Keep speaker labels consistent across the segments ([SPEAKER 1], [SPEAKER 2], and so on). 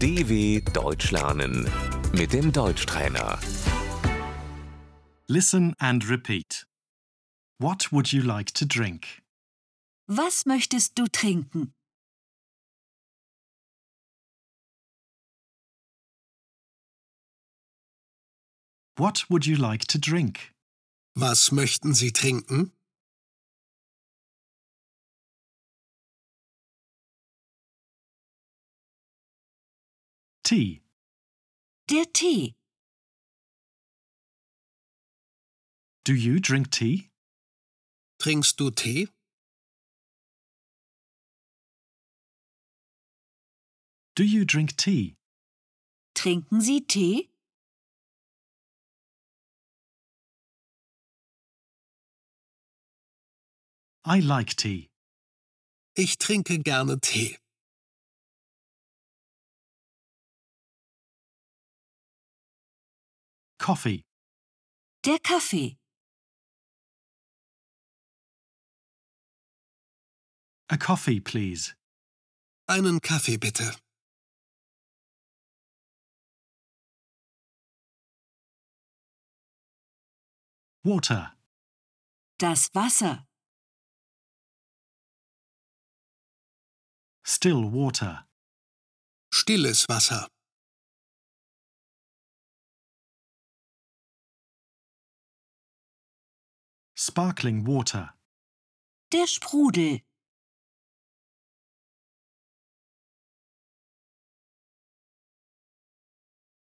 [SPEAKER 1] DW Deutsch lernen mit dem Deutschtrainer.
[SPEAKER 2] Listen and repeat. What would you like to drink?
[SPEAKER 3] Was möchtest du trinken?
[SPEAKER 2] What would you like to drink?
[SPEAKER 4] Was möchten Sie trinken?
[SPEAKER 2] Tea.
[SPEAKER 3] Der Tee.
[SPEAKER 2] Do you drink tea?
[SPEAKER 4] Trinkst du Tee?
[SPEAKER 2] Do you drink tea?
[SPEAKER 3] Trinken Sie Tee?
[SPEAKER 2] I like tea.
[SPEAKER 4] Ich trinke gerne Tee.
[SPEAKER 2] Coffee.
[SPEAKER 3] Der Kaffee.
[SPEAKER 2] A coffee, please.
[SPEAKER 4] Einen Kaffee bitte.
[SPEAKER 2] Water.
[SPEAKER 3] Das Wasser.
[SPEAKER 2] Still water.
[SPEAKER 4] Stilles Wasser.
[SPEAKER 2] Sparkling water.
[SPEAKER 3] Der Sprudel.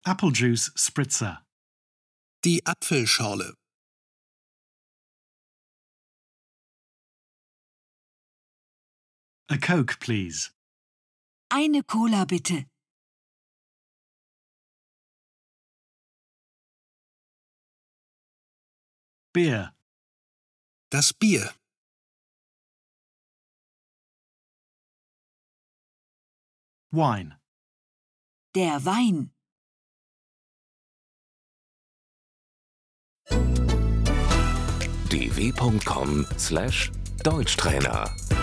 [SPEAKER 2] Apple juice spritzer.
[SPEAKER 4] Die Apfelschorle.
[SPEAKER 2] A Coke, please.
[SPEAKER 3] Eine Cola bitte.
[SPEAKER 2] Beer.
[SPEAKER 4] Das Bier.
[SPEAKER 2] Wine.
[SPEAKER 3] Der Wein.
[SPEAKER 1] dw.com/deutschtrainer